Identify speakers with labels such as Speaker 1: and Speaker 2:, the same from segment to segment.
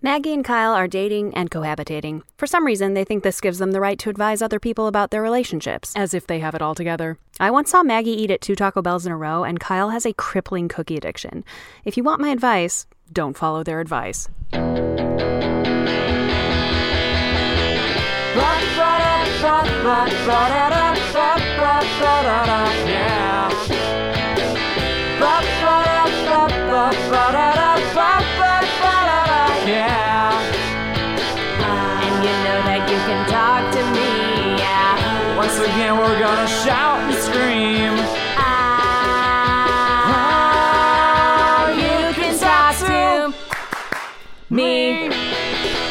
Speaker 1: Maggie and Kyle are dating and cohabitating. For some reason, they think this gives them the right to advise other people about their relationships, as if they have it all together. I once saw Maggie eat at two Taco Bells in a row, and Kyle has a crippling cookie addiction. If you want my advice, don't follow their advice.
Speaker 2: And you know that you can talk to me. Yeah.
Speaker 3: Once again, we're gonna shout and scream.
Speaker 2: Ah, you can talk to me.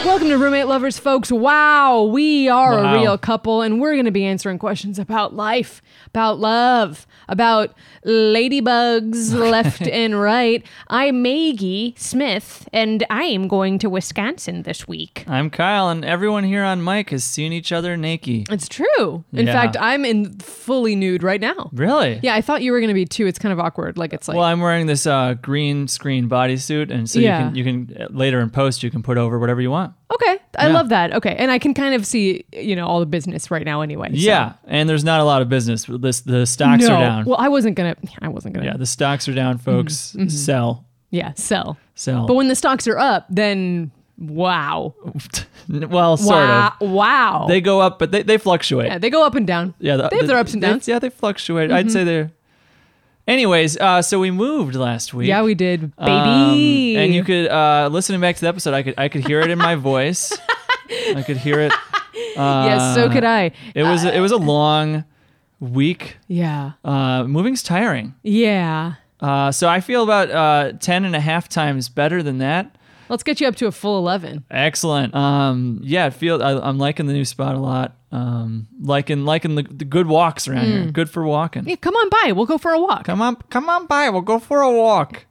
Speaker 4: Welcome to Roommate Lovers, folks. Wow, we are
Speaker 3: Wow.
Speaker 4: a real couple, and we're going to be answering questions about life, about love, about ladybugs left and right. I'm Maggie Smith, and I am going to Wisconsin this week.
Speaker 3: I'm Kyle, and everyone here on mic has seen each other naked.
Speaker 4: It's true. In
Speaker 3: Yeah.
Speaker 4: fact, I'm in fully nude right now.
Speaker 3: Really?
Speaker 4: Yeah, I thought you were going to be too. It's kind of awkward. Like, it's like,
Speaker 3: Well, I'm wearing this uh, green screen bodysuit, and so
Speaker 4: Yeah.
Speaker 3: you can you can uh, later in post you can put over whatever you want.
Speaker 4: okay, I
Speaker 3: Yeah.
Speaker 4: love that. Okay. And I can kind of see, you know, all the business right now anyway. so-
Speaker 3: Yeah, and there's not a lot of business. This the stocks
Speaker 4: No.
Speaker 3: are down.
Speaker 4: Well, I wasn't going to, I wasn't going to.
Speaker 3: yeah, the stocks are down,
Speaker 4: Mm-hmm.
Speaker 3: folks. Sell,
Speaker 4: Yeah, sell.
Speaker 3: sell.
Speaker 4: But when the stocks are up, then wow.
Speaker 3: well, sort
Speaker 4: wow.
Speaker 3: of.
Speaker 4: Wow.
Speaker 3: They go up, but they, they fluctuate.
Speaker 4: yeah, they go up and down.
Speaker 3: Yeah, the-
Speaker 4: they have
Speaker 3: the-
Speaker 4: their ups and
Speaker 3: they-
Speaker 4: downs. Mm-hmm.
Speaker 3: yeah, they fluctuate. I'd say they're. Anyways, uh, so we moved last week.
Speaker 4: Yeah, we did.
Speaker 3: Um,
Speaker 4: Baby.
Speaker 3: and you could uh, listening back to the episode. I could I could hear it in my voice. I could hear it. Uh,
Speaker 4: Yes, so could I.
Speaker 3: It was it was a long week.
Speaker 4: Yeah.
Speaker 3: Uh, moving's tiring.
Speaker 4: Yeah.
Speaker 3: Uh, so I feel about uh, 10 and a half times better than that.
Speaker 4: Let's get you up to a full 11.
Speaker 3: Excellent. Um, yeah, it feel I, I'm liking the new spot a lot. Um, liking liking the, the good walks around here. Good for walking.
Speaker 4: Hmm. Yeah, come on by. We'll go for a walk.
Speaker 3: Come on, come on by. We'll go for a walk.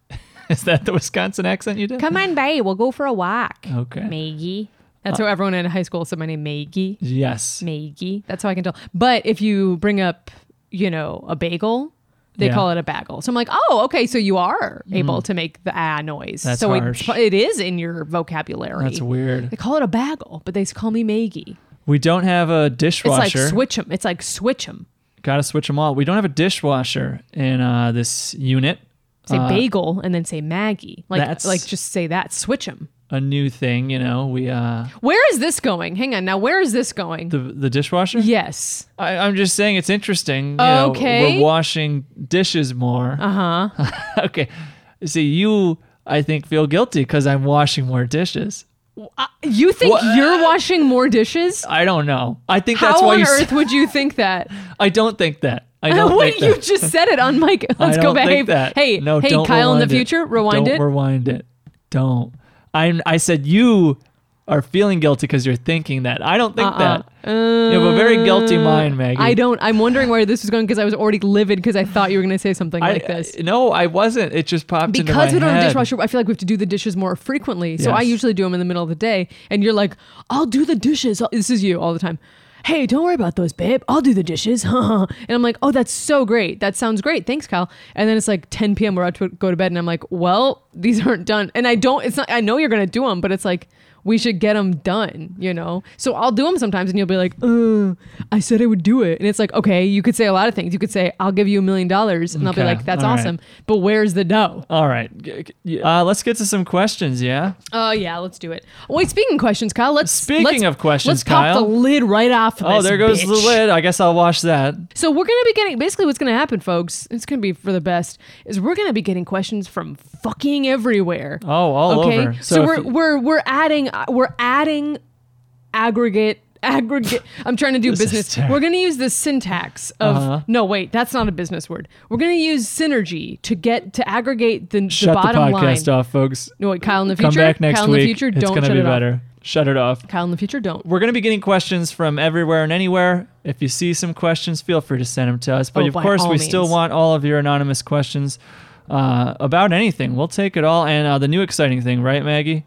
Speaker 3: Is that the Wisconsin accent you did?
Speaker 4: Come on by. We'll go for a walk.
Speaker 3: Okay.
Speaker 4: Maggie. That's
Speaker 3: uh,
Speaker 4: how everyone in high school said my name, Maggie.
Speaker 3: Yes.
Speaker 4: Maggie. That's how I can tell. But if you bring up, you know, a bagel, they
Speaker 3: Yeah. Mm-hmm.
Speaker 4: call it a bagel. So I'm like, oh, okay, so you are able to make the ah noise.
Speaker 3: That's
Speaker 4: so
Speaker 3: harsh.
Speaker 4: It, it is in your vocabulary.
Speaker 3: That's weird.
Speaker 4: They call it a bagel, but they call me Maggie.
Speaker 3: We don't have a dishwasher.
Speaker 4: It's like switch 'em. It's like switch 'em.
Speaker 3: Gotta switch them all. We don't have a dishwasher in uh, this unit.
Speaker 4: Say
Speaker 3: Uh,
Speaker 4: bagel and then say Maggie. Like,
Speaker 3: that's-
Speaker 4: like just say that. Switch 'em.
Speaker 3: A new thing, you know. We uh,
Speaker 4: Where is this going? Hang on. Now, where is this going?
Speaker 3: the the dishwasher.
Speaker 4: yes.
Speaker 3: I, I'm just saying it's interesting. You know,
Speaker 4: Okay. Uh-huh.
Speaker 3: we're washing dishes more. Uh huh. okay. See, you, I think, feel guilty because I'm washing more dishes.
Speaker 4: You think
Speaker 3: Wha-
Speaker 4: you're washing more dishes?
Speaker 3: I don't know. I think that's
Speaker 4: How
Speaker 3: why
Speaker 4: on
Speaker 3: you. s-
Speaker 4: earth would you think that?
Speaker 3: I don't think that. I don't
Speaker 4: what
Speaker 3: think
Speaker 4: you
Speaker 3: that.
Speaker 4: just said it on mic. Let's
Speaker 3: I
Speaker 4: go
Speaker 3: don't
Speaker 4: back.
Speaker 3: think
Speaker 4: Hey,
Speaker 3: that.
Speaker 4: hey,
Speaker 3: no,
Speaker 4: hey,
Speaker 3: don't
Speaker 4: Kyle in the
Speaker 3: rewind it.
Speaker 4: future, rewind
Speaker 3: don't
Speaker 4: it.
Speaker 3: Rewind it. Don't. I I said you are feeling guilty because you're thinking that. I don't
Speaker 4: Uh-uh.
Speaker 3: think that. you have a very guilty mind, Maggie.
Speaker 4: Uh, I don't. I'm wondering where this was going because I was already livid because I thought you were going to say something like this.
Speaker 3: no, I wasn't. It just popped into my
Speaker 4: because we don't have
Speaker 3: head.
Speaker 4: a dishwasher, I feel like we have to do the dishes more frequently. So I
Speaker 3: Yes.
Speaker 4: usually do them in the middle of the day, and you're like, "I'll do the dishes." I'll- This is you all the time. Hey, don't worry about those, babe. I'll do the dishes. and I'm like, "Oh, that's so great. That sounds great. Thanks, Kyle." And then it's like 10 p.m. We're about to go to bed, and I'm like, "Well, these aren't done." And I don't. It's not. I know you're gonna do them, but it's like we should get them done. You know. So I'll do them sometimes, and you'll be like, "Uh, I said I would do it," and it's like, okay, you could say a lot of things. You could say, "I'll give you a million dollars," and I'll be
Speaker 3: Okay.
Speaker 4: like, "That's
Speaker 3: All right.
Speaker 4: awesome." But where's the dough?
Speaker 3: All right. G- g- Uh, let's get to some questions, yeah?
Speaker 4: Oh yeah, let's do it. Wait, speaking of questions, Kyle, let's
Speaker 3: Speaking
Speaker 4: let's-
Speaker 3: of questions,
Speaker 4: let's pop
Speaker 3: Kyle.
Speaker 4: the lid right off. Of
Speaker 3: Oh,
Speaker 4: this
Speaker 3: there goes the
Speaker 4: bitch.
Speaker 3: lid. I guess I'll wash that.
Speaker 4: So we're gonna be getting basically what's gonna happen, folks. It's gonna be for the best. Is we're gonna be getting questions from fucking everywhere.
Speaker 3: Oh, all
Speaker 4: okay,
Speaker 3: over.
Speaker 4: so,
Speaker 3: if
Speaker 4: we're
Speaker 3: you-
Speaker 4: we're we're adding uh, we're adding aggregate aggregate. I'm trying to do
Speaker 3: This is
Speaker 4: business.
Speaker 3: terrible. Uh-huh.
Speaker 4: We're gonna use the syntax of no wait, that's not a business word. We're gonna use synergy to get to aggregate the, the
Speaker 3: shut the,
Speaker 4: bottom line.
Speaker 3: podcast off, folks.
Speaker 4: No wait, Kyle in the future.
Speaker 3: Come back next
Speaker 4: Kyle in
Speaker 3: week.
Speaker 4: the future.
Speaker 3: it's
Speaker 4: don't
Speaker 3: gonna
Speaker 4: shut
Speaker 3: be
Speaker 4: it off.
Speaker 3: better. Shut it off.
Speaker 4: Kyle in the future, don't.
Speaker 3: We're going to be getting questions from everywhere and anywhere. If you see some questions, feel free to send them to us. But
Speaker 4: Oh,
Speaker 3: of
Speaker 4: by
Speaker 3: course,
Speaker 4: all
Speaker 3: we still
Speaker 4: means.
Speaker 3: want all of your anonymous questions uh, about anything. We'll take it all. And uh, the new exciting thing, right, Maggie?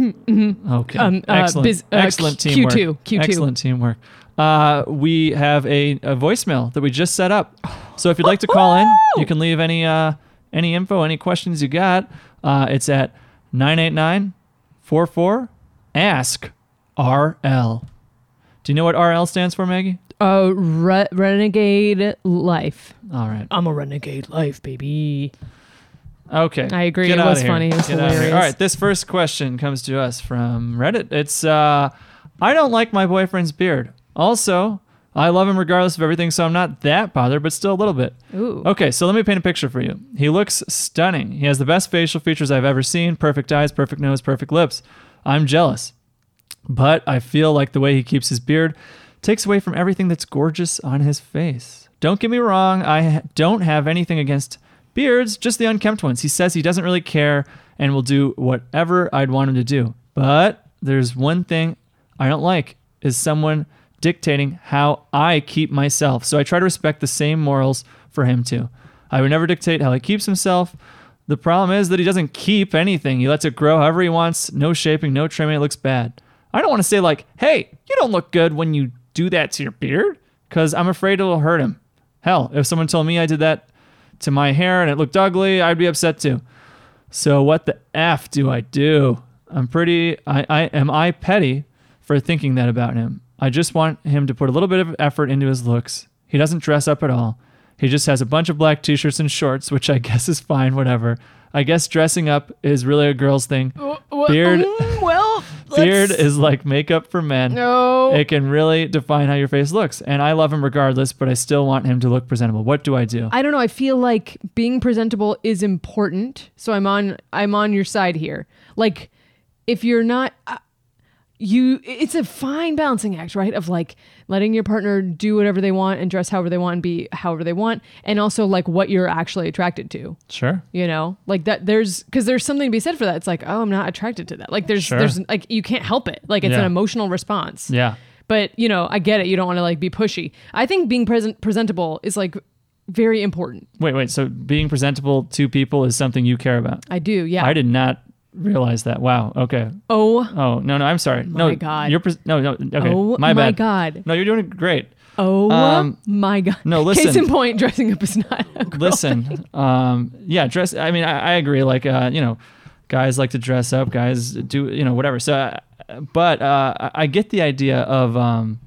Speaker 3: Okay.
Speaker 4: Um, uh,
Speaker 3: Excellent.
Speaker 4: biz- uh,
Speaker 3: Excellent
Speaker 4: Q-
Speaker 3: teamwork.
Speaker 4: Q2, Q2.
Speaker 3: Excellent teamwork. Uh, we have a, a voicemail that we just set up. So if you'd like to call in, you can leave any uh, any info, any questions you got. Uh, it's at 989 Four four. Ask RL. Do you know what RL stands for, Maggie?
Speaker 4: Uh, re- renegade life.
Speaker 3: All right.
Speaker 4: I'm a renegade life, baby.
Speaker 3: Okay.
Speaker 4: I agree.
Speaker 3: Get
Speaker 4: It
Speaker 3: outta
Speaker 4: was
Speaker 3: here.
Speaker 4: funny. It was
Speaker 3: outta here.
Speaker 4: hilarious.
Speaker 3: All right. This first question comes to us from Reddit. It's uh, I don't like my boyfriend's beard. Also, I love him regardless of everything, so I'm not that bothered, but still a little bit.
Speaker 4: Ooh.
Speaker 3: Okay, so let me paint a picture for you. He looks stunning. He has the best facial features I've ever seen perfect eyes, perfect nose, perfect lips. I'm jealous. But I feel like the way he keeps his beard takes away from everything that's gorgeous on his face. Don't get me wrong, I ha- don't have anything against beards, just the unkempt ones. He says he doesn't really care and will do whatever I'd want him to do. But there's one thing I don't like is someone dictating how I keep myself. So I try to respect the same morals for him too. I would never dictate how he keeps himself. The problem is that he doesn't keep anything. He lets it grow however he wants. No shaping, no trimming. It looks bad. I don't want to say like, "Hey, you don't look good when you do that to your beard," because I'm afraid it'll hurt him. Hell, if someone told me I did that to my hair and it looked ugly, I'd be upset too. So what the f do I do? I'm pretty. I, I am I petty for thinking that about him. I just want him to put a little bit of effort into his looks. He doesn't dress up at all. He just has a bunch of black t-shirts and shorts, which I guess is fine. Whatever. I guess dressing up is really a girl's thing. Beard.
Speaker 4: Mm, well,
Speaker 3: Beard
Speaker 4: Oh, let's-
Speaker 3: is like makeup for men.
Speaker 4: No.
Speaker 3: It can really define how your face looks. And I love him regardless, but I still want him to look presentable. What do I do?
Speaker 4: I don't know. I feel like being presentable is important. So I'm on I'm on your side here. Like if you're not uh, you it's a fine balancing act, right? Of like letting your partner do whatever they want and dress however they want and be however they want and also like what you're actually attracted to,
Speaker 3: sure.
Speaker 4: you know? Like that there's cuz there's something to be said for that. It's like, "Oh, I'm not attracted to that." Like there's
Speaker 3: Sure.
Speaker 4: there's like you can't help it. Like it's
Speaker 3: Yeah.
Speaker 4: an emotional response
Speaker 3: Yeah.
Speaker 4: but you know i get it you don't want to like be pushy i think being present presentable is like very important
Speaker 3: Wait, wait. So being presentable to people is something you care about.
Speaker 4: i do yeah
Speaker 3: I did not realize that. Wow. Okay.
Speaker 4: oh
Speaker 3: Oh no, no. I'm sorry.
Speaker 4: My
Speaker 3: no,
Speaker 4: God.
Speaker 3: You're pres- no, no. Okay.
Speaker 4: Oh, my
Speaker 3: my bad.
Speaker 4: God.
Speaker 3: No, you're doing great.
Speaker 4: oh
Speaker 3: Um,
Speaker 4: my god
Speaker 3: no,
Speaker 4: case
Speaker 3: listen.
Speaker 4: in point dressing up is not a girl
Speaker 3: Listen. Um. Yeah. Dress. I mean, I, I agree. Like, uh, you know, guys like to dress up. Guys do, you know, whatever. So, uh, but uh, I- I get the idea of um.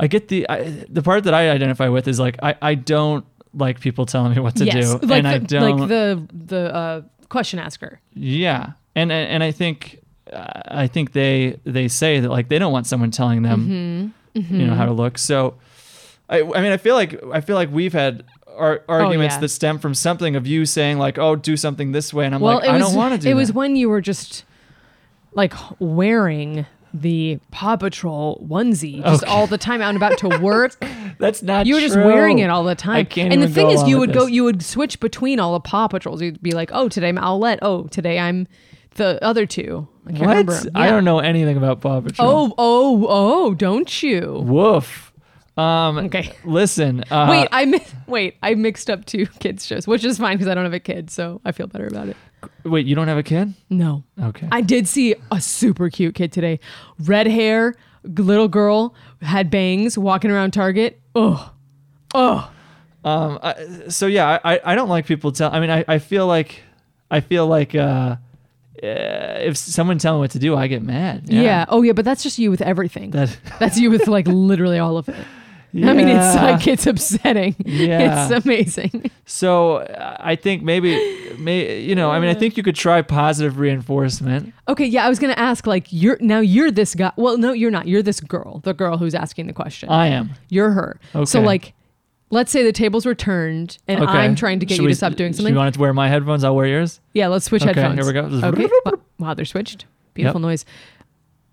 Speaker 3: I get the I, the part that I identify with is like I I don't like people telling me what to
Speaker 4: yes
Speaker 3: do,
Speaker 4: like
Speaker 3: and
Speaker 4: the,
Speaker 3: I don't
Speaker 4: like the the uh question asker
Speaker 3: Yeah, and and and I think I think they they say that like they don't want someone telling them
Speaker 4: Mm-hmm.
Speaker 3: you know how to look. So I I mean I feel like I feel like we've had ar- arguments
Speaker 4: Oh, yeah.
Speaker 3: that stem from something of you saying like oh do something this way and I'm
Speaker 4: well
Speaker 3: like
Speaker 4: it
Speaker 3: I
Speaker 4: was
Speaker 3: don't want to do
Speaker 4: it
Speaker 3: that.
Speaker 4: was when you were just like wearing the paw patrol onesie just
Speaker 3: Okay.
Speaker 4: all the time out and about to work
Speaker 3: That's not
Speaker 4: You were just
Speaker 3: true.
Speaker 4: wearing it all the time.
Speaker 3: I can't
Speaker 4: and the
Speaker 3: even
Speaker 4: thing
Speaker 3: go
Speaker 4: is,
Speaker 3: along
Speaker 4: you
Speaker 3: with
Speaker 4: would go,
Speaker 3: this.
Speaker 4: you would switch between all the Paw Patrols. You'd be like, oh, today I'm Owlette. Oh, today I'm the other two. I can't
Speaker 3: What?
Speaker 4: remember.
Speaker 3: I don't know anything about Paw Patrol.
Speaker 4: Oh, oh, oh, don't you?
Speaker 3: woof. Um,
Speaker 4: Okay.
Speaker 3: Listen. Uh,
Speaker 4: wait, I mi- wait, I mixed up two kids shows, which is fine because I don't have a kid, so I feel better about it.
Speaker 3: wait. You don't have a kid?
Speaker 4: No,
Speaker 3: Okay.
Speaker 4: I did see a super cute kid today. Red hair, g- little girl, had bangs, walking around Target. Oh, oh,
Speaker 3: Um, I, so yeah, I, I- I don't like people tell. I mean, I, I feel like, I feel like, uh, eh, if someone tell me what to do, I get mad.
Speaker 4: yeah. oh yeah, but that's just you with everything.
Speaker 3: That.
Speaker 4: That's you with like literally all of it. I mean, it's
Speaker 3: Yeah.
Speaker 4: like it's upsetting.
Speaker 3: Yeah.
Speaker 4: It's amazing.
Speaker 3: So uh, I think maybe, may you know, I mean, I think you could try positive reinforcement.
Speaker 4: Okay, yeah, I was gonna ask like you're now you're this guy. Well, no, you're not. You're this girl, the girl who's asking the question.
Speaker 3: I am.
Speaker 4: you're her. So
Speaker 3: Uh, Okay.
Speaker 4: like, let's say the tables were turned, and
Speaker 3: Okay.
Speaker 4: I'm trying to get
Speaker 3: Should
Speaker 4: you
Speaker 3: we-
Speaker 4: to stop doing
Speaker 3: Should
Speaker 4: something.
Speaker 3: you want to wear my headphones? I'll wear yours.
Speaker 4: yeah, let's switch
Speaker 3: Okay,
Speaker 4: headphones.
Speaker 3: here we go.
Speaker 4: Okay. Wow, wow, they're switched. Beautiful noise.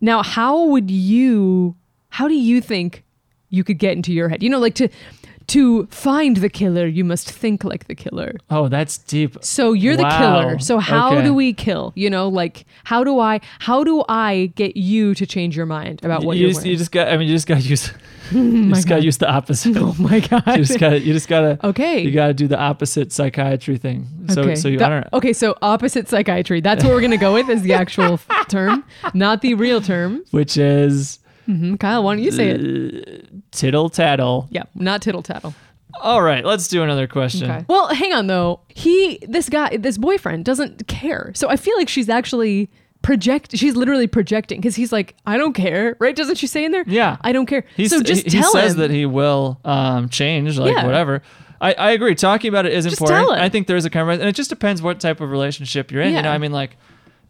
Speaker 4: Now, how would you? How do you think you could get into your head? You know, like to to find the killer, you must think like the killer.
Speaker 3: Oh, that's deep.
Speaker 4: So you're the
Speaker 3: Wow.
Speaker 4: killer. So how
Speaker 3: Okay.
Speaker 4: do we kill? You know, like how do I how do I get you to change your mind about what
Speaker 3: you
Speaker 4: you're
Speaker 3: just, you
Speaker 4: wearing?
Speaker 3: just got. I mean, you just got to use. you just got to
Speaker 4: God.
Speaker 3: use the opposite.
Speaker 4: oh my god.
Speaker 3: you just got. to You just got to.
Speaker 4: okay.
Speaker 3: You got to do the opposite psychiatry thing. So
Speaker 4: okay.
Speaker 3: so you,
Speaker 4: That-
Speaker 3: I don't.
Speaker 4: okay, so opposite psychiatry. That's what we're gonna go with as the actual f- term, not the real term.
Speaker 3: which is
Speaker 4: Mm, Kyle, why don't you say
Speaker 3: Uh,
Speaker 4: it?
Speaker 3: tittle tattle.
Speaker 4: Yeah, not tittle tattle.
Speaker 3: All right, let's do another question.
Speaker 4: Okay. Well, hang on though. He, this guy, this boyfriend doesn't care. So I feel like she's actually project she's literally projecting because he's like i don't care right doesn't she say in there
Speaker 3: Yeah.
Speaker 4: i don't care
Speaker 3: He's,
Speaker 4: so just
Speaker 3: he,
Speaker 4: tell
Speaker 3: he says
Speaker 4: him
Speaker 3: that he will um, change, like
Speaker 4: Yeah.
Speaker 3: whatever. I, I agree. Talking about it is
Speaker 4: Just
Speaker 3: important.
Speaker 4: tell him.
Speaker 3: I think there is a compromise, and it just depends what type of relationship you're in. You know,
Speaker 4: Yeah.
Speaker 3: I mean, like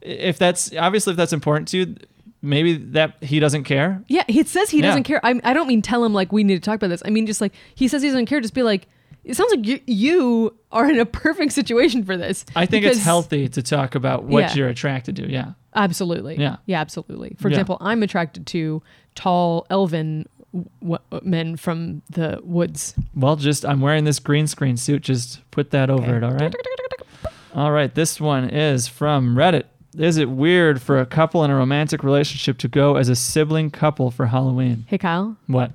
Speaker 3: if that's obviously if that's important to you, maybe that he doesn't care.
Speaker 4: yeah he says he
Speaker 3: Yeah.
Speaker 4: doesn't care I, I don't mean tell him like we need to talk about this i mean just like he says he doesn't care just be like it sounds like you, you are in a perfect situation for this
Speaker 3: I think it's
Speaker 4: Because-
Speaker 3: healthy to talk about what
Speaker 4: Yeah.
Speaker 3: you're attracted to. Yeah.
Speaker 4: absolutely
Speaker 3: Yeah.
Speaker 4: yeah absolutely for
Speaker 3: Yeah.
Speaker 4: example i'm attracted to tall elven w- w- men from the woods
Speaker 3: Well, just I'm wearing this green screen suit. Just put that over
Speaker 4: Okay.
Speaker 3: it. All right. All right. This one is from Reddit. Is it weird for a couple in a romantic relationship to go as a sibling couple for Halloween?
Speaker 4: hey kyle
Speaker 3: What?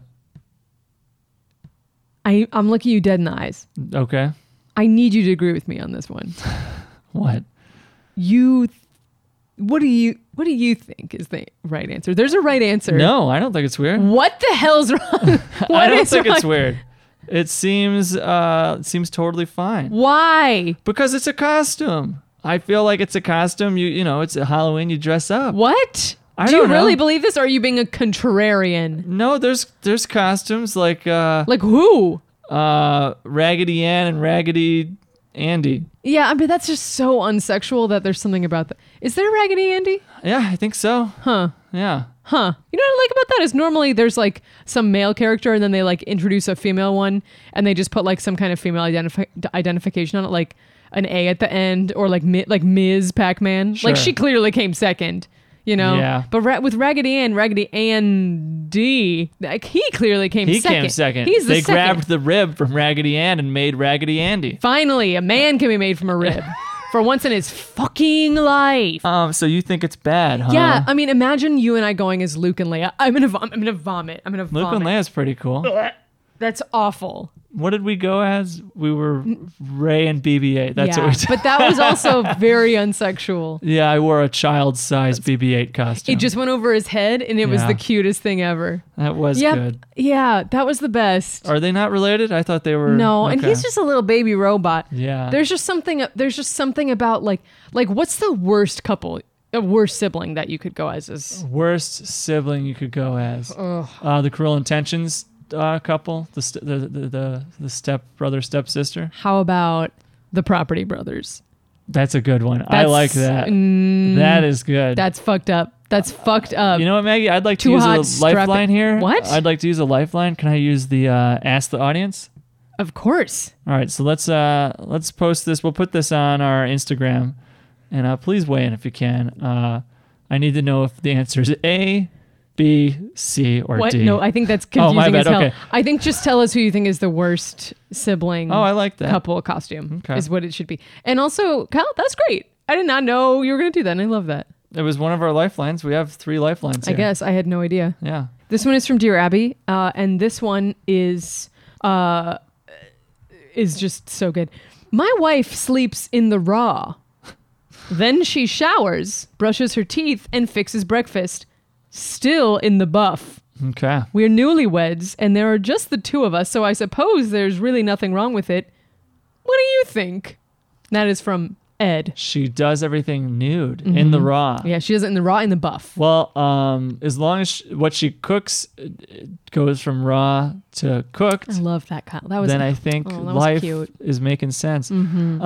Speaker 4: I, i'm looking you dead in the eyes
Speaker 3: Okay.
Speaker 4: i need you to agree with me on this one
Speaker 3: What?
Speaker 4: you th- what do you what do you think is the right answer there's a right answer
Speaker 3: No, I don't think it's weird.
Speaker 4: what the hell's wrong What
Speaker 3: I don't
Speaker 4: is
Speaker 3: think it's
Speaker 4: wrong?
Speaker 3: weird. It seems uh it seems totally fine.
Speaker 4: why
Speaker 3: Because it's a costume. I feel like it's a costume. You you know, it's a Halloween you dress up.
Speaker 4: what
Speaker 3: I
Speaker 4: do
Speaker 3: don't
Speaker 4: you really
Speaker 3: know.
Speaker 4: believe this or are you being a contrarian
Speaker 3: No, there's there's costumes like uh
Speaker 4: like who
Speaker 3: uh Raggedy Ann and Raggedy Andy.
Speaker 4: yeah i mean that's just so unsexual that there's something about that is there a raggedy andy
Speaker 3: Yeah, I think so.
Speaker 4: huh
Speaker 3: Yeah.
Speaker 4: huh you know what i like about that is normally there's like some male character and then they like introduce a female one and they just put like some kind of female identifi- identification on it like an a at the end or like mi- like ms pac-man
Speaker 3: Sure.
Speaker 4: like she clearly came second you know
Speaker 3: Yeah.
Speaker 4: but ra- with raggedy ann raggedy ann d like he clearly came
Speaker 3: He
Speaker 4: second
Speaker 3: came second.
Speaker 4: he's the
Speaker 3: they
Speaker 4: second
Speaker 3: grabbed the rib from Raggedy Ann and made Raggedy Andy.
Speaker 4: finally a man can be made from a rib for once in his fucking life
Speaker 3: Um, so you think it's bad, huh?
Speaker 4: yeah, I mean, imagine you and I going as Luke and Leia. I'm gonna, vom- I'm gonna vomit. I'm gonna
Speaker 3: Luke
Speaker 4: vomit.
Speaker 3: and Leia's pretty cool.
Speaker 4: That's awful.
Speaker 3: what did we go as? We were Ray and BB-8. That's
Speaker 4: yeah.
Speaker 3: what we did.
Speaker 4: but that was also very unsexual.
Speaker 3: yeah, I wore a child-sized BB-8 costume.
Speaker 4: It just went over his head, and it was
Speaker 3: Yeah.
Speaker 4: the cutest thing ever.
Speaker 3: that was
Speaker 4: Yeah,
Speaker 3: good.
Speaker 4: yeah, that was the best.
Speaker 3: Are they not related? I thought they were.
Speaker 4: no, and
Speaker 3: okay.
Speaker 4: he's just a little baby robot.
Speaker 3: yeah.
Speaker 4: There's just something. There's just something about like, like what's the worst couple, the worst sibling that you could go as? Is
Speaker 3: worst sibling you could go as. Uh, the Cruel Intentions uh, couple, the, st- the the the the step brother step sister.
Speaker 4: how about the Property Brothers?
Speaker 3: That's a good one. I
Speaker 4: That's-
Speaker 3: like that.
Speaker 4: mm,
Speaker 3: that is good.
Speaker 4: That's fucked up. That's fucked up.
Speaker 3: you know what, Maggie? I'd like to
Speaker 4: Too
Speaker 3: use a
Speaker 4: hot, strapping-
Speaker 3: lifeline here.
Speaker 4: What?
Speaker 3: I'd like to use a lifeline. Can I use the uh, ask the audience?
Speaker 4: of course.
Speaker 3: All right, so let's uh let's post this. We'll put this on our Instagram, and uh, please weigh in if you can. Uh, I need to know if the answer is A, B, C, or
Speaker 4: What?
Speaker 3: D.
Speaker 4: No, I think that's
Speaker 3: Oh,
Speaker 4: confusing
Speaker 3: my
Speaker 4: as
Speaker 3: bad.
Speaker 4: hell.
Speaker 3: Okay.
Speaker 4: I think just tell us who you think is the worst sibling
Speaker 3: oh, I like that.
Speaker 4: couple costume
Speaker 3: Okay.
Speaker 4: is what it should be. And also, Kyle, that's great. I did not know you were going to do that, and I love that.
Speaker 3: It was one of our lifelines. We have three lifelines.
Speaker 4: I
Speaker 3: here.
Speaker 4: guess I had no idea.
Speaker 3: Yeah.
Speaker 4: This one is from Dear Abby, uh, and this one is uh, is just so good. My wife sleeps in the raw. Then she showers, brushes her teeth, and fixes breakfast. Still in the buff.
Speaker 3: Okay.
Speaker 4: We're newlyweds, and there are just the two of us, so I suppose there's really nothing wrong with it. What do you think? That is from Ed.
Speaker 3: She does everything nude
Speaker 4: Mm-hmm.
Speaker 3: in the raw.
Speaker 4: Yeah, she does it in the raw and the buff.
Speaker 3: Well, um, as long as she, what she cooks uh, goes from raw to cooked,
Speaker 4: I love Oh, that, Kyle. That was
Speaker 3: then I think
Speaker 4: Oh, that was
Speaker 3: life
Speaker 4: cute. Mm-hmm.
Speaker 3: is making sense.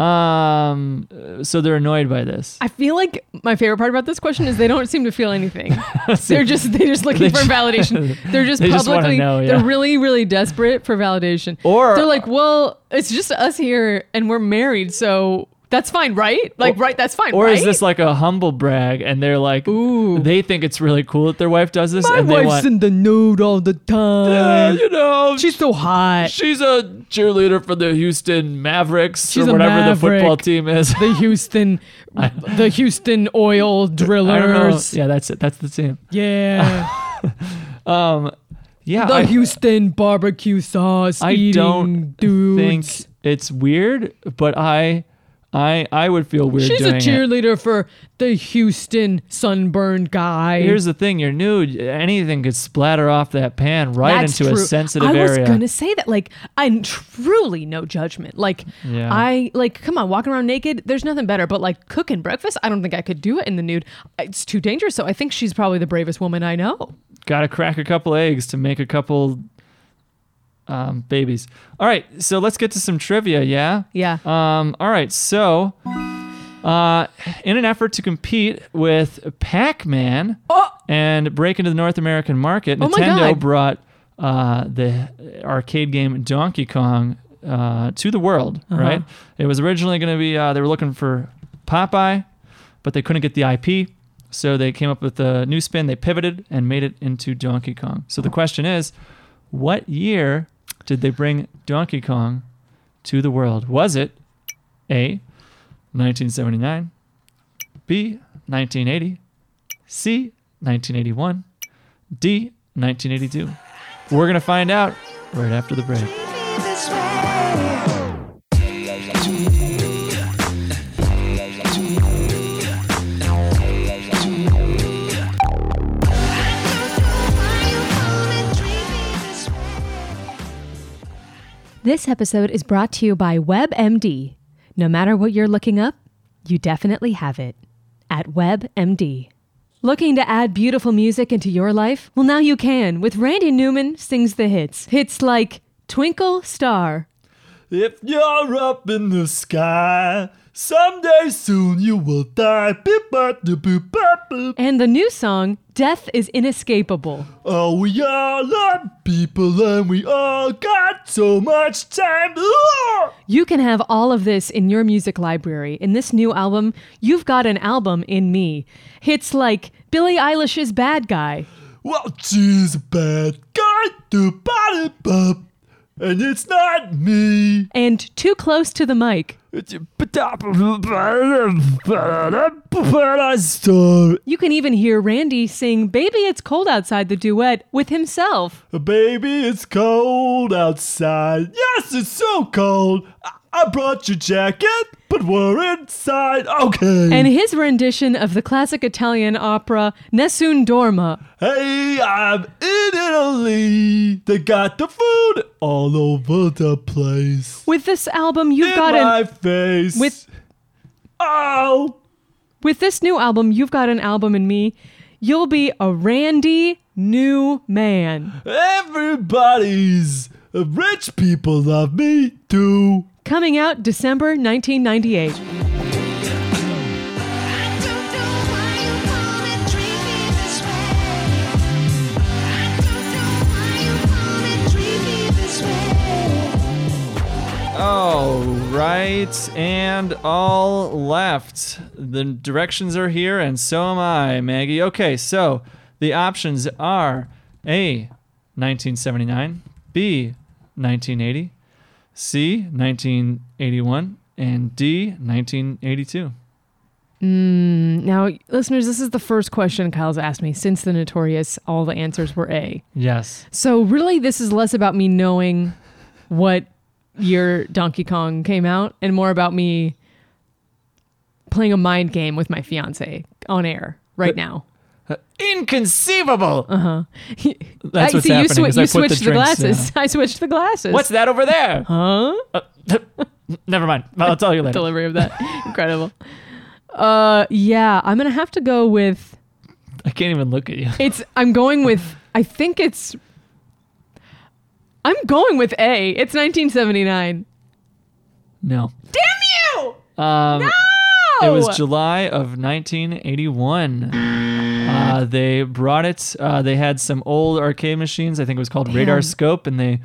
Speaker 3: Um, uh, so they're annoyed by this.
Speaker 4: I feel like my favorite part about this question is they don't seem to feel anything. they're just they're just looking
Speaker 3: They
Speaker 4: for
Speaker 3: ju-
Speaker 4: validation. They're just
Speaker 3: They just wanna
Speaker 4: publicly
Speaker 3: know, yeah.
Speaker 4: they're really really desperate for validation.
Speaker 3: Or-
Speaker 4: they're like, "Well, it's just us here and we're married, so that's fine, right? Like
Speaker 3: Or-
Speaker 4: right, that's fine,
Speaker 3: Or
Speaker 4: right?"
Speaker 3: is this like a humble brag? And they're like,
Speaker 4: Ooh.
Speaker 3: they think it's really cool that their wife does this,
Speaker 4: my
Speaker 3: and they
Speaker 4: wife's
Speaker 3: want,
Speaker 4: in the nude all the
Speaker 3: "Uh,
Speaker 4: time.
Speaker 3: you know,
Speaker 4: She's so hot.
Speaker 3: she's a cheerleader for the Houston Mavericks
Speaker 4: She's
Speaker 3: or
Speaker 4: a
Speaker 3: whatever
Speaker 4: Maverick.
Speaker 3: the football team is.
Speaker 4: The Houston, the Houston oil
Speaker 3: I don't know.
Speaker 4: drillers.
Speaker 3: Yeah, that's it. That's the team.
Speaker 4: Yeah.
Speaker 3: Um, yeah,
Speaker 4: the
Speaker 3: I,
Speaker 4: Houston barbecue sauce
Speaker 3: I
Speaker 4: eating
Speaker 3: don't
Speaker 4: dudes.
Speaker 3: think it's weird, but I I I would feel weird
Speaker 4: She's a
Speaker 3: doing it.
Speaker 4: cheerleader for the Houston sunburned guy.
Speaker 3: Here's the thing: you're nude. Anything could splatter off that pan right
Speaker 4: That's
Speaker 3: into
Speaker 4: true.
Speaker 3: a sensitive
Speaker 4: I
Speaker 3: area.
Speaker 4: was gonna say that, like, I'm truly no judgment. Like,
Speaker 3: Yeah.
Speaker 4: I like, come on, walking around naked. There's nothing better. But like cooking breakfast, I don't think I could do it in the nude. It's too dangerous. So I think she's probably the bravest woman I know.
Speaker 3: Got to crack a couple eggs to make a couple um, babies. All right, so let's get to some trivia. Yeah.
Speaker 4: Yeah.
Speaker 3: Um, all right, so uh, in an effort to compete with Pac Man
Speaker 4: Oh!
Speaker 3: and break into the North American market,
Speaker 4: Oh my
Speaker 3: Nintendo
Speaker 4: God.
Speaker 3: brought uh, the arcade game Donkey Kong uh, to the world,
Speaker 4: Uh-huh.
Speaker 3: right? It was originally going to be, uh, they were looking for Popeye, but they couldn't get the IP. So they came up with a new spin, they pivoted and made it into Donkey Kong. So the question is, what year did they bring Donkey Kong to the world? Was it A, 1979, B, 1980, C, 1981, D, 1982? We're going to find out right after the break.
Speaker 4: This episode is brought to you by WebMD. No matter what you're looking up, you definitely have it at WebMD. Looking to add beautiful music into your life? Well, now you can with Randy Newman sings the hits. Hits like Twinkle Star,
Speaker 3: If you're up in the sky, someday soon you will die. Beep, bop, da, boop, bop, boop.
Speaker 4: and the new song Death is Inescapable.
Speaker 3: Oh, we all are people and we all got so much time. Ah!
Speaker 4: You can have all of this in your music library. In this new album, you've got an album in me. Hits like Billie Eilish's Bad Guy.
Speaker 3: Well, she's a bad guy, the body bop, and it's not me.
Speaker 4: and too close to the mic.
Speaker 3: It's a but I saw
Speaker 4: You can even hear Randy sing Baby It's Cold Outside the duet with himself.
Speaker 3: Baby, it's cold outside. Yes, it's so cold. I, I brought your jacket, but we're inside. Okay.
Speaker 4: And his rendition of the classic Italian opera Nessun Dorma.
Speaker 3: hey, I'm in Italy. They got the food all over the place.
Speaker 4: With this album, you've
Speaker 3: in
Speaker 4: got
Speaker 3: my
Speaker 4: an
Speaker 3: face.
Speaker 4: with-
Speaker 3: oh.
Speaker 4: with this new album, you've got an album in me. You'll be a Randy new man.
Speaker 3: Everybody's rich people love me too.
Speaker 4: Coming out December 1998.
Speaker 3: All right, and all left. The directions are here, and so am I, Maggie. Okay, so the options are A, 1979, B, 1980, C, 1981, and D, 1982.
Speaker 4: Now, listeners, this is the first question Kyle's asked me since the Notorious. All the answers were A.
Speaker 3: Yes.
Speaker 4: So really, this is less about me knowing what year Donkey Kong came out, and more about me playing a mind game with my fiance on air right now.
Speaker 3: Inconceivable! That's
Speaker 4: I-
Speaker 3: what's
Speaker 4: see, you,
Speaker 3: happening,
Speaker 4: swi-
Speaker 3: is
Speaker 4: you
Speaker 3: I put the
Speaker 4: switched the,
Speaker 3: drinks
Speaker 4: glasses. I switched the glasses.
Speaker 3: What's that over there?
Speaker 4: huh?
Speaker 3: Never mind. I'll tell you later.
Speaker 4: Delivery of that incredible. Uh, yeah, I'm gonna have to go with
Speaker 3: I can't even look at you.
Speaker 4: it's. I'm going with. I think it's. I'm going with A. It's 1979.
Speaker 3: No.
Speaker 4: Damn you! Oh!
Speaker 3: Um, It
Speaker 4: No!
Speaker 3: was July of 1981. Uh, they brought it. Uh, they had some old arcade machines. I think it was called Radar Scope, and they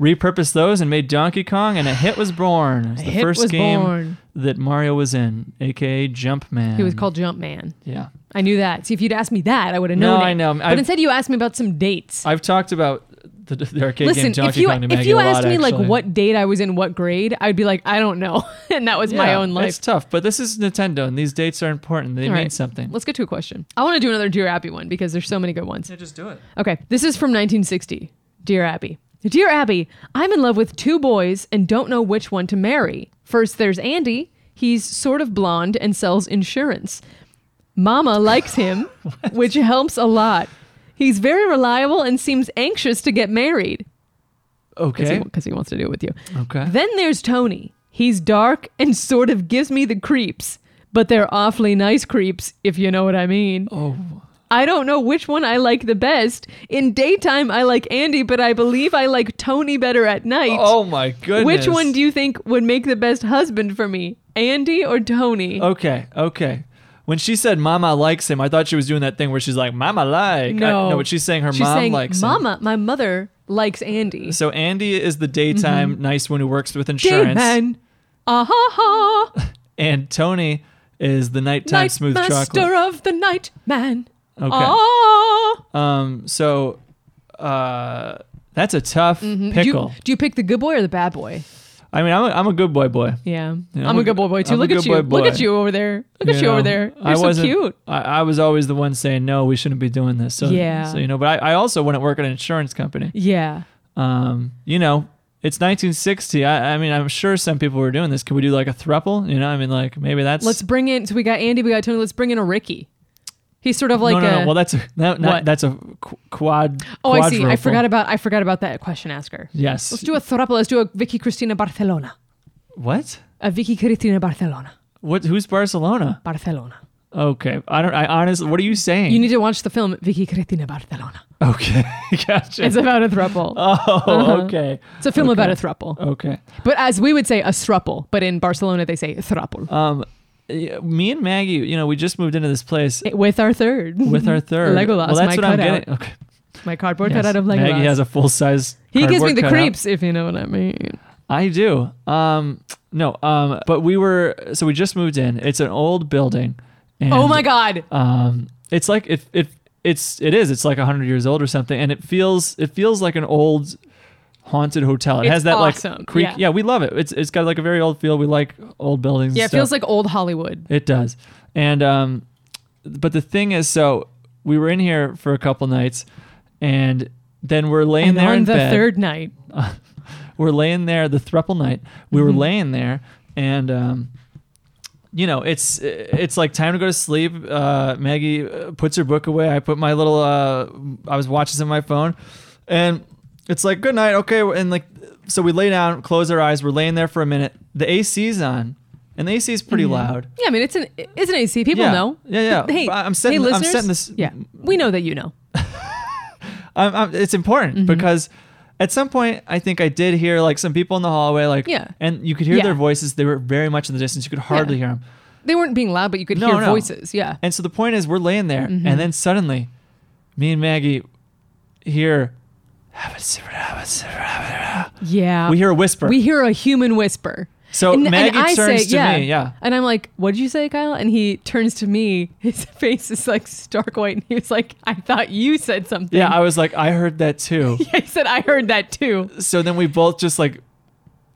Speaker 3: repurposed those and made Donkey Kong, and a hit was born. It was the
Speaker 4: hit
Speaker 3: first
Speaker 4: was
Speaker 3: game
Speaker 4: born.
Speaker 3: that Mario was in, aka Jumpman.
Speaker 4: It was called Jumpman.
Speaker 3: Yeah.
Speaker 4: I knew that. See, if you'd asked me that, I would have
Speaker 3: No,
Speaker 4: known.
Speaker 3: I
Speaker 4: it.
Speaker 3: know.
Speaker 4: But
Speaker 3: I've-
Speaker 4: instead, you asked me about some dates.
Speaker 3: I've talked about the, the arcade
Speaker 4: Listen,
Speaker 3: game Donkey
Speaker 4: if you
Speaker 3: Kong to Maggie
Speaker 4: if you
Speaker 3: a lot,
Speaker 4: asked me like
Speaker 3: actually.
Speaker 4: what date I was in, what grade, I'd be like, I don't know, and that was my
Speaker 3: Yeah,
Speaker 4: own
Speaker 3: It's
Speaker 4: life.
Speaker 3: tough, but this is Nintendo, and these dates are important. They
Speaker 4: All
Speaker 3: mean
Speaker 4: right,
Speaker 3: something.
Speaker 4: Let's get to a question. I want to do another Dear Abby one because there's so many good ones.
Speaker 3: just do it.
Speaker 4: Okay, this is from 1960. Dear Abby. Dear Abby, I'm in love with two boys and don't know which one to marry. First, there's Andy. He's sort of blonde and sells insurance. Mama likes him, which helps a lot. He's very reliable and seems anxious to get married because
Speaker 3: Okay.
Speaker 4: he, wants to do it with you.
Speaker 3: Okay.
Speaker 4: Then there's Tony. He's dark and sort of gives me the creeps, but they're awfully nice creeps, if you know what I mean.
Speaker 3: Oh.
Speaker 4: I don't know which one I like the best. In daytime, I like Andy, but I believe I like Tony better at night.
Speaker 3: Oh my goodness.
Speaker 4: Which one do you think would make the best husband for me, Andy or Tony?
Speaker 3: Okay, okay. When she said "Mama likes him," I thought she was doing that thing where she's like "Mama like." I-
Speaker 4: no,
Speaker 3: no, but she's saying her
Speaker 4: She's
Speaker 3: mom
Speaker 4: saying,
Speaker 3: likes him.
Speaker 4: Mama, my mother likes Andy.
Speaker 3: So Andy is the daytime
Speaker 4: Mm-hmm.
Speaker 3: nice one who works with insurance,
Speaker 4: Dayman. Ah ha ha.
Speaker 3: and Tony is the nighttime
Speaker 4: Night
Speaker 3: smooth
Speaker 4: master
Speaker 3: chocolate.
Speaker 4: of the night man.
Speaker 3: Okay.
Speaker 4: Ah.
Speaker 3: Um. So, uh, that's a tough
Speaker 4: Do Mm-hmm. you-
Speaker 3: pickle.
Speaker 4: Do you, pick the good boy or the bad boy?
Speaker 3: I mean, I'm a, I'm a good boy, boy.
Speaker 4: Yeah.
Speaker 3: Yeah,
Speaker 4: I'm a good boy boy too.
Speaker 3: I'm a
Speaker 4: Look at
Speaker 3: good
Speaker 4: you.
Speaker 3: boy
Speaker 4: Look
Speaker 3: boy.
Speaker 4: at you over there. Look at you over
Speaker 3: know,
Speaker 4: there. You're
Speaker 3: I
Speaker 4: so
Speaker 3: wasn't,
Speaker 4: cute.
Speaker 3: I, I was always the one saying no, we shouldn't be doing this. So,
Speaker 4: Yeah.
Speaker 3: So you know, but I, I also wouldn't work at an insurance company.
Speaker 4: Yeah.
Speaker 3: um, you know, it's 1960. I, I mean, I'm sure some people were doing this. Could we do like a thruple? You know, I mean, like maybe that's
Speaker 4: Let's bring in. So we got Andy. We got Tony. Let's bring in a Ricky. He's sort of like
Speaker 3: no, no,
Speaker 4: a.
Speaker 3: no. Well, that's a no, not-
Speaker 4: What?
Speaker 3: that's a qu- quad.
Speaker 4: oh, I see. I
Speaker 3: quadruple.
Speaker 4: forgot about. I forgot about that question asker.
Speaker 3: Yes.
Speaker 4: Let's do a throuple. Let's do a Vicky Cristina Barcelona.
Speaker 3: what?
Speaker 4: A Vicky Cristina Barcelona.
Speaker 3: What? Who's Barcelona?
Speaker 4: Barcelona.
Speaker 3: Okay, I don't. I honestly, what are you saying?
Speaker 4: You need to watch the film Vicky Cristina Barcelona.
Speaker 3: okay, gotcha.
Speaker 4: It's about a Uh-huh. throuple.
Speaker 3: oh, okay,
Speaker 4: it's a film about a throuple.
Speaker 3: okay.
Speaker 4: But as we would say, a throuple. But in Barcelona, they say throuple.
Speaker 3: Um, yeah, me and Maggie, you know, we just moved into this place
Speaker 4: With our third.
Speaker 3: with our third.
Speaker 4: Legolas,
Speaker 3: well,
Speaker 4: my
Speaker 3: that's what I'm
Speaker 4: cutout.
Speaker 3: getting. Okay.
Speaker 4: My cardboard
Speaker 3: Yes.
Speaker 4: cutout of Legolas.
Speaker 3: Maggie has a full size.
Speaker 4: he gives me the creeps, if you know what I mean.
Speaker 3: I do. Um, no. Um, but we were so we just moved in. It's an old building. And,
Speaker 4: oh my god.
Speaker 3: Um, it's like it it it's it is. It's like hundred years old or something, and it feels it feels like an old haunted hotel. It
Speaker 4: It's
Speaker 3: has that
Speaker 4: awesome.
Speaker 3: like creek.
Speaker 4: Yeah.
Speaker 3: Yeah. we love it. It's it's got like a very old feel. We like old buildings. and
Speaker 4: Yeah, it feels
Speaker 3: stuff.
Speaker 4: like old Hollywood.
Speaker 3: It does. And um but the thing is so we were in here for a couple nights and then we're laying
Speaker 4: And
Speaker 3: there
Speaker 4: on
Speaker 3: in
Speaker 4: the
Speaker 3: bed.
Speaker 4: third night,
Speaker 3: we're laying there the thruple night we
Speaker 4: Mm-hmm.
Speaker 3: were laying there and um you know it's it's like time to go to sleep uh maggie uh, puts her book away i put my little uh i was watching on my phone and it's like good night okay and like so we lay down close our eyes we're laying there for a minute the ac's on and the ac is
Speaker 4: Mm-hmm.
Speaker 3: pretty loud
Speaker 4: yeah, I mean it's an it's an AC. People
Speaker 3: Yeah.
Speaker 4: know.
Speaker 3: Yeah, yeah.
Speaker 4: But Hey,
Speaker 3: But I'm setting-
Speaker 4: hey,
Speaker 3: I'm
Speaker 4: listeners,
Speaker 3: setting this-
Speaker 4: Yeah, we know that you know.
Speaker 3: I'm, I'm, it's important
Speaker 4: Mm-hmm.
Speaker 3: because at some point I think I did hear like some people in the hallway like
Speaker 4: Yeah.
Speaker 3: and you could hear
Speaker 4: Yeah.
Speaker 3: their voices they were very much in the distance you could hardly hear them
Speaker 4: They weren't being loud, but you could
Speaker 3: No,
Speaker 4: hear
Speaker 3: no.
Speaker 4: voices. Yeah.
Speaker 3: And so the point is, we're laying there,
Speaker 4: Mm-hmm.
Speaker 3: and then suddenly, me and Maggie hear,
Speaker 4: Yeah.
Speaker 3: we hear a whisper.
Speaker 4: We hear a human whisper.
Speaker 3: So Maggie
Speaker 4: I
Speaker 3: turns to me, yeah.
Speaker 4: And I'm like, what did you say, Kyle? And he turns to me. His face is like stark white. And he was like, I thought you said something.
Speaker 3: yeah, I was like, I heard that too.
Speaker 4: I said, I heard that too.
Speaker 3: so then we both just like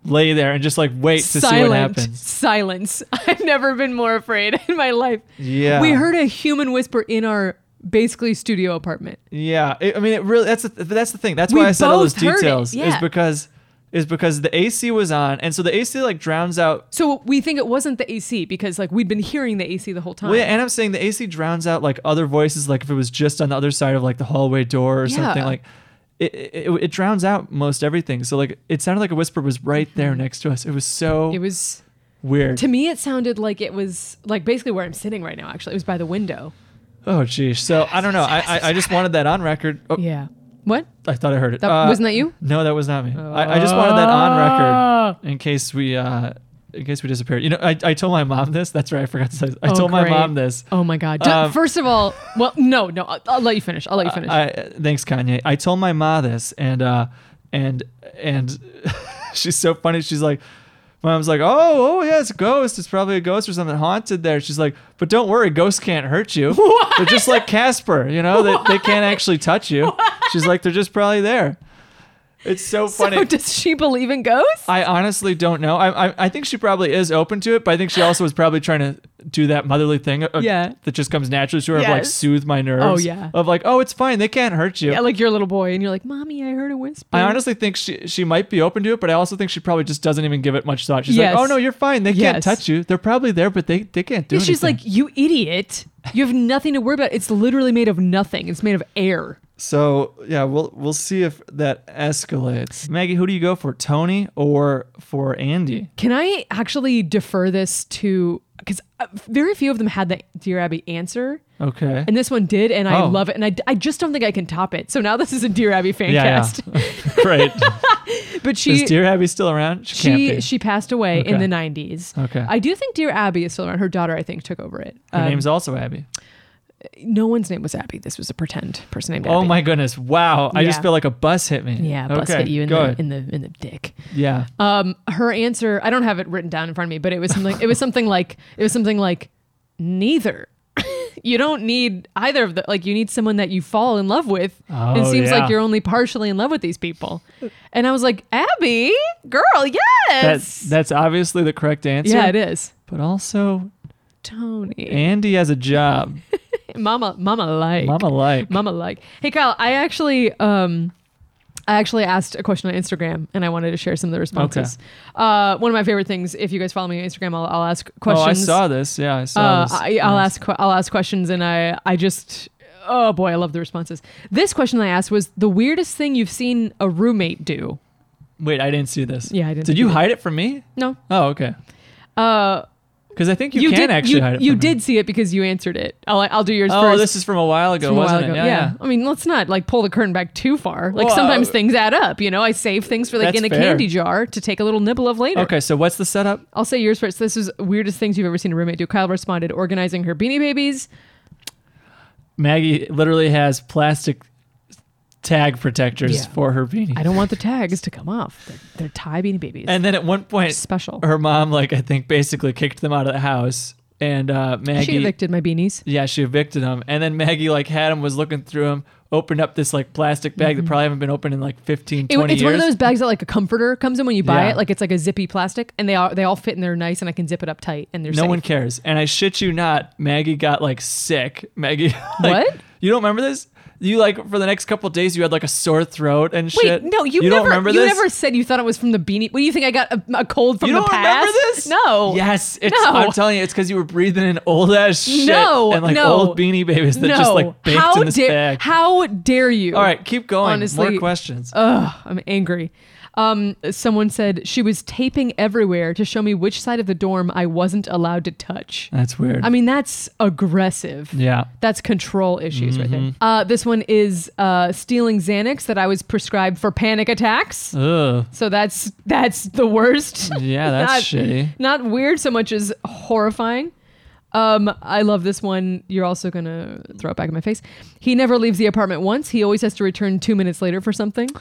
Speaker 3: lay there and just like wait to see what
Speaker 4: Silent.
Speaker 3: happens.
Speaker 4: Silence. I've never been more afraid in my life.
Speaker 3: Yeah.
Speaker 4: We heard a human whisper in our basically studio apartment.
Speaker 3: Yeah, it, I mean, it really that's the, that's the thing. That's
Speaker 4: We
Speaker 3: why I said all those
Speaker 4: both heard it,
Speaker 3: details is
Speaker 4: yeah.
Speaker 3: because is because the AC was on, and so the AC like drowns out
Speaker 4: So we think it wasn't the AC because like we'd been hearing the AC the whole time.
Speaker 3: Well, yeah, and I'm saying the AC drowns out like other voices, like if it was just on the other side of like the hallway door or
Speaker 4: Yeah.
Speaker 3: something, like it, it it drowns out most everything. So like it sounded like a whisper was right there next to us. It was so
Speaker 4: Mm-hmm. It was
Speaker 3: weird.
Speaker 4: to me it sounded like it was like basically where I'm sitting right now actually. It was by the window.
Speaker 3: oh geez. So I don't know. I, I I just wanted that on record. Oh,
Speaker 4: Yeah. What?
Speaker 3: I thought I heard it. Uh,
Speaker 4: That- wasn't that you?
Speaker 3: No, that was not me. I, I just wanted that
Speaker 4: Ah.
Speaker 3: on record in case we uh in case we disappeared. You know, I, I told my mom this. That's right. I forgot to say. I
Speaker 4: Oh,
Speaker 3: told my
Speaker 4: great.
Speaker 3: mom this.
Speaker 4: Oh my god. D-
Speaker 3: Um,
Speaker 4: First of all, well no, no, I'll, I'll let you finish. I'll let you finish.
Speaker 3: I, I- thanks, Kanye. I told my ma this, and uh, and and she's so funny. She's like, my mom's like, oh, oh yeah, it's a ghost. It's probably a ghost or something haunted there. She's like, but don't worry, ghosts can't hurt you. They're just like Casper, you know, they, they can't actually touch you. She's like, they're just probably there. It's so funny.
Speaker 4: So does she believe in ghosts?
Speaker 3: I honestly don't know. I, I I think she probably is open to it, but I think she also was probably trying to do that motherly thing uh,
Speaker 4: Yeah.
Speaker 3: that just comes naturally to her of like
Speaker 4: Yes.
Speaker 3: soothe my nerves.
Speaker 4: Oh, yeah.
Speaker 3: Of like, oh, it's fine. They can't hurt you.
Speaker 4: Yeah, like mm. you're a little boy and you're like, Mommy, I heard a whisper.
Speaker 3: I honestly think she she might be open to it, but I also think she probably just doesn't even give it much thought. She's
Speaker 4: Yes.
Speaker 3: like, oh no, you're fine. They can't
Speaker 4: Yes.
Speaker 3: touch you. They're probably there, but they, they can't do
Speaker 4: Yeah,
Speaker 3: anything.
Speaker 4: she's like, You idiot. You have nothing to worry about. It's literally made of nothing. It's made of air.
Speaker 3: so yeah, we'll we'll see if that escalates. Maggie, who do you go for, Tony or for Andy?
Speaker 4: Can I actually defer this to because very few of them had the Dear Abby answer,
Speaker 3: Okay.
Speaker 4: and this one did, and I
Speaker 3: Oh.
Speaker 4: love it, and I, I just don't think I can top it. So now this is a Dear Abby fan
Speaker 3: yeah,
Speaker 4: cast,
Speaker 3: yeah. great.
Speaker 4: but
Speaker 3: Is
Speaker 4: she
Speaker 3: Dear Abby still around? She, can't
Speaker 4: she
Speaker 3: be.
Speaker 4: she passed away
Speaker 3: Okay.
Speaker 4: in the nineties.
Speaker 3: Okay.
Speaker 4: I do think Dear Abby is still around. Her daughter, I think, took over it.
Speaker 3: Her
Speaker 4: Um,
Speaker 3: name's also Abby.
Speaker 4: no one's name was Abby. This was a pretend person named.
Speaker 3: Oh
Speaker 4: Abby.
Speaker 3: my goodness! Wow, I just
Speaker 4: Yeah.
Speaker 3: feel like a bus hit me.
Speaker 4: Yeah, bus
Speaker 3: okay,
Speaker 4: hit you in
Speaker 3: go
Speaker 4: the,
Speaker 3: ahead.
Speaker 4: in the in the dick.
Speaker 3: yeah.
Speaker 4: Um, her answer, I don't have it written down in front of me, but it was something. it was something like it was something like neither. you don't need either of the like. You need someone that you fall in love with. it
Speaker 3: Oh,
Speaker 4: seems
Speaker 3: yeah.
Speaker 4: like you're only partially in love with these people. And I was like, Abby, girl, yes,
Speaker 3: That's that's obviously the correct answer.
Speaker 4: yeah, it is.
Speaker 3: But also,
Speaker 4: Tony,
Speaker 3: Andy has a job.
Speaker 4: mama, mama, like,
Speaker 3: Mama like.
Speaker 4: mama, like. Hey, Kyle, I actually, um. I actually asked a question on Instagram and I wanted to share some of the responses. Uh, one of my favorite things, if you guys follow me on Instagram, I'll, I'll ask
Speaker 3: Oh, I
Speaker 4: questions.
Speaker 3: saw this. Yeah, I saw
Speaker 4: Uh,
Speaker 3: this.
Speaker 4: I, I'll
Speaker 3: Yeah.
Speaker 4: ask que- I'll ask questions, and I I just oh boy, I love the responses. This question I asked was the weirdest thing you've seen a roommate do.
Speaker 3: Wait, I didn't see this.
Speaker 4: Yeah, I didn't
Speaker 3: Did
Speaker 4: see
Speaker 3: you
Speaker 4: it.
Speaker 3: hide it from me?
Speaker 4: No,
Speaker 3: Oh, okay.
Speaker 4: uh,
Speaker 3: Because I think you, can
Speaker 4: did,
Speaker 3: actually
Speaker 4: you,
Speaker 3: hide it.
Speaker 4: you
Speaker 3: from me.
Speaker 4: did see it because you answered it. I'll I'll do yours
Speaker 3: Oh,
Speaker 4: first.
Speaker 3: this is from a while ago,
Speaker 4: from a while
Speaker 3: wasn't
Speaker 4: ago.
Speaker 3: it? Yeah.
Speaker 4: I mean, let's not like pull the curtain back too far. Like
Speaker 3: Well,
Speaker 4: sometimes
Speaker 3: uh,
Speaker 4: things add up. You know, I save things for like
Speaker 3: That's
Speaker 4: in a
Speaker 3: fair.
Speaker 4: candy jar to take a little nibble of later.
Speaker 3: Okay, so what's the setup?
Speaker 4: I'll say yours first. This is weirdest things you've ever seen a roommate do. Kyle responded, organizing her beanie babies.
Speaker 3: Maggie literally has plastic tag protectors
Speaker 4: Yeah.
Speaker 3: for her beanie.
Speaker 4: I don't want the tags to come off. They're, they're tie beanie babies.
Speaker 3: And then at one point,
Speaker 4: special.
Speaker 3: her mom, like I think, basically kicked them out of the house, and uh, Maggie.
Speaker 4: She evicted my beanies.
Speaker 3: yeah, she evicted them, and then Maggie like had him, was looking through him, opened up this like plastic bag that probably haven't been opened in like 15,
Speaker 4: Mm-hmm. It-
Speaker 3: 20
Speaker 4: it's
Speaker 3: years.
Speaker 4: one of those bags that like a comforter comes in when you buy
Speaker 3: Yeah.
Speaker 4: it. Like it's like a zippy plastic, and they all they all fit and they're nice, and I can zip it up tight, and they're
Speaker 3: no
Speaker 4: safe.
Speaker 3: one cares. And I shit you not, Maggie got like sick. Maggie, like,
Speaker 4: What?
Speaker 3: You don't remember this? You like for the next couple of days, you had like a sore throat and
Speaker 4: Wait,
Speaker 3: shit.
Speaker 4: no, you,
Speaker 3: you
Speaker 4: never
Speaker 3: don't remember
Speaker 4: you
Speaker 3: this?
Speaker 4: never said you thought it was from the beanie. What do you think? I got a, a cold from
Speaker 3: you
Speaker 4: the
Speaker 3: don't
Speaker 4: past.
Speaker 3: remember this?
Speaker 4: No.
Speaker 3: Yes, it's.
Speaker 4: No.
Speaker 3: I'm telling you, it's because you were breathing in old ass shit
Speaker 4: No,
Speaker 3: and like
Speaker 4: no.
Speaker 3: old beanie babies that
Speaker 4: no.
Speaker 3: just like baked
Speaker 4: how
Speaker 3: in this
Speaker 4: dare
Speaker 3: bag.
Speaker 4: how dare you?
Speaker 3: All right, keep going.
Speaker 4: Honestly, oh,
Speaker 3: More questions.
Speaker 4: Ugh, I'm angry. Um, someone said she was taping everywhere to show me which side of the dorm I wasn't allowed to touch.
Speaker 3: That's weird.
Speaker 4: I mean, that's aggressive.
Speaker 3: yeah.
Speaker 4: That's control issues right
Speaker 3: Mm-hmm.
Speaker 4: there. Uh, this one is uh, stealing Xanax that I was prescribed for panic attacks.
Speaker 3: Ugh.
Speaker 4: So that's that's the worst.
Speaker 3: Yeah, that's
Speaker 4: Not-
Speaker 3: shitty.
Speaker 4: Not weird so much as horrifying. Um, I love this one. You're also gonna throw it back in my face. He never leaves the apartment once. He always has to return two minutes later for something.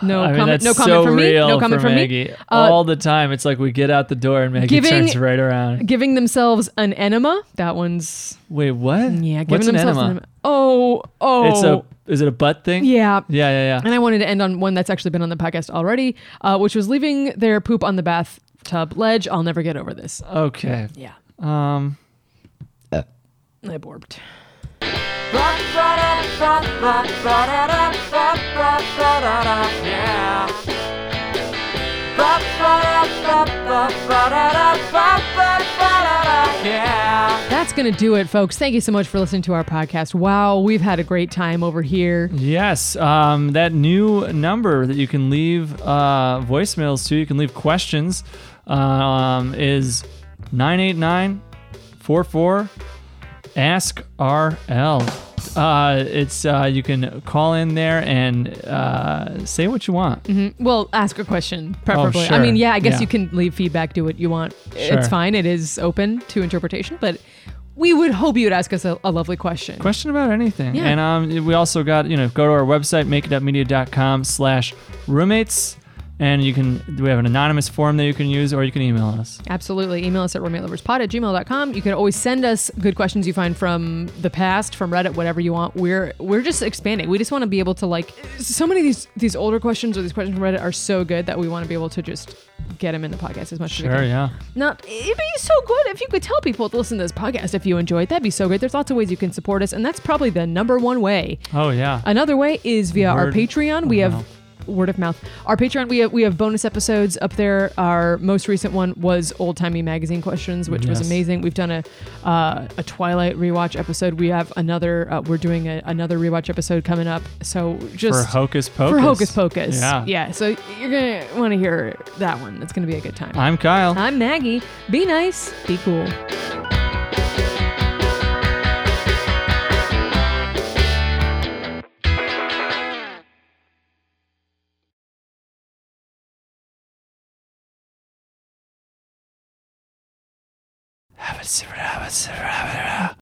Speaker 4: No
Speaker 3: I mean,
Speaker 4: comment.
Speaker 3: that's
Speaker 4: No comment
Speaker 3: so
Speaker 4: from me.
Speaker 3: real
Speaker 4: No comment
Speaker 3: for
Speaker 4: from
Speaker 3: Maggie.
Speaker 4: me. Uh,
Speaker 3: All the time, it's like we get out the door and Maggie
Speaker 4: Giving-
Speaker 3: turns right around.
Speaker 4: giving themselves an enema. That one's
Speaker 3: Wait, what?
Speaker 4: yeah.
Speaker 3: What's
Speaker 4: Giving
Speaker 3: an
Speaker 4: themselves
Speaker 3: enema?
Speaker 4: an enema. Oh oh.
Speaker 3: It's a is it a butt thing?
Speaker 4: yeah.
Speaker 3: Yeah, yeah, yeah.
Speaker 4: And I wanted to end on one that's actually been on the podcast already, uh, which was leaving their poop on the bathtub ledge. I'll never get over this.
Speaker 3: Okay.
Speaker 4: Yeah,
Speaker 3: Um
Speaker 4: I borped.
Speaker 2: Yeah.
Speaker 4: That's going to do it, folks. Thank you so much for listening to our podcast. Wow, we've had a great time over here.
Speaker 3: yes, um that new number that you can leave uh voicemails to, you can leave questions um is 98944 ask RL. Uh, it's uh, you can call in there and uh, say what you want.
Speaker 4: Well, ask a question, preferably.
Speaker 3: Oh, sure.
Speaker 4: I mean, yeah, I guess
Speaker 3: Yeah.
Speaker 4: you can leave feedback, do what you want.
Speaker 3: Sure.
Speaker 4: It's fine. It is open to interpretation, but we would hope you would ask us a, a lovely question.
Speaker 3: question about anything.
Speaker 4: Yeah.
Speaker 3: And um, we also got, you know, go to our website, makeitupmedia.com slash roommates And you can we have an anonymous form that you can use, or you can email us.
Speaker 4: Absolutely. Email us at roommateloverspod at gmail.com. You can always send us good questions you find from the past, from Reddit, whatever you want. We're we're just expanding. We just want to be able to like so many of these these older questions or these questions from Reddit are so good that we want to be able to just get them in the podcast as much as we
Speaker 3: Sure,
Speaker 4: can.
Speaker 3: yeah.
Speaker 4: Not it'd be so good if you could tell people to listen to this podcast if you enjoy it. That'd be so great. There's lots of ways you can support us, and that's probably the number one way.
Speaker 3: Oh yeah.
Speaker 4: Another way is via our
Speaker 3: Word
Speaker 4: Patreon. We have
Speaker 3: of mouth.
Speaker 4: word of mouth. Our Patreon. We have we have bonus episodes up there. Our most recent one was old timey magazine questions, which was
Speaker 3: Yes.
Speaker 4: amazing. We've done a uh, a Twilight rewatch episode. We have another. Uh, we're doing a, another rewatch episode coming up. So
Speaker 3: for
Speaker 4: just.
Speaker 3: Hocus Pocus.
Speaker 4: for Hocus Pocus.
Speaker 3: Yeah.
Speaker 4: So you're going to want to hear that one. It's going to be a good time.
Speaker 3: I'm Kyle.
Speaker 4: I'm Maggie. Be nice. Be cool.
Speaker 3: Have a sip, have a sip, have a sip.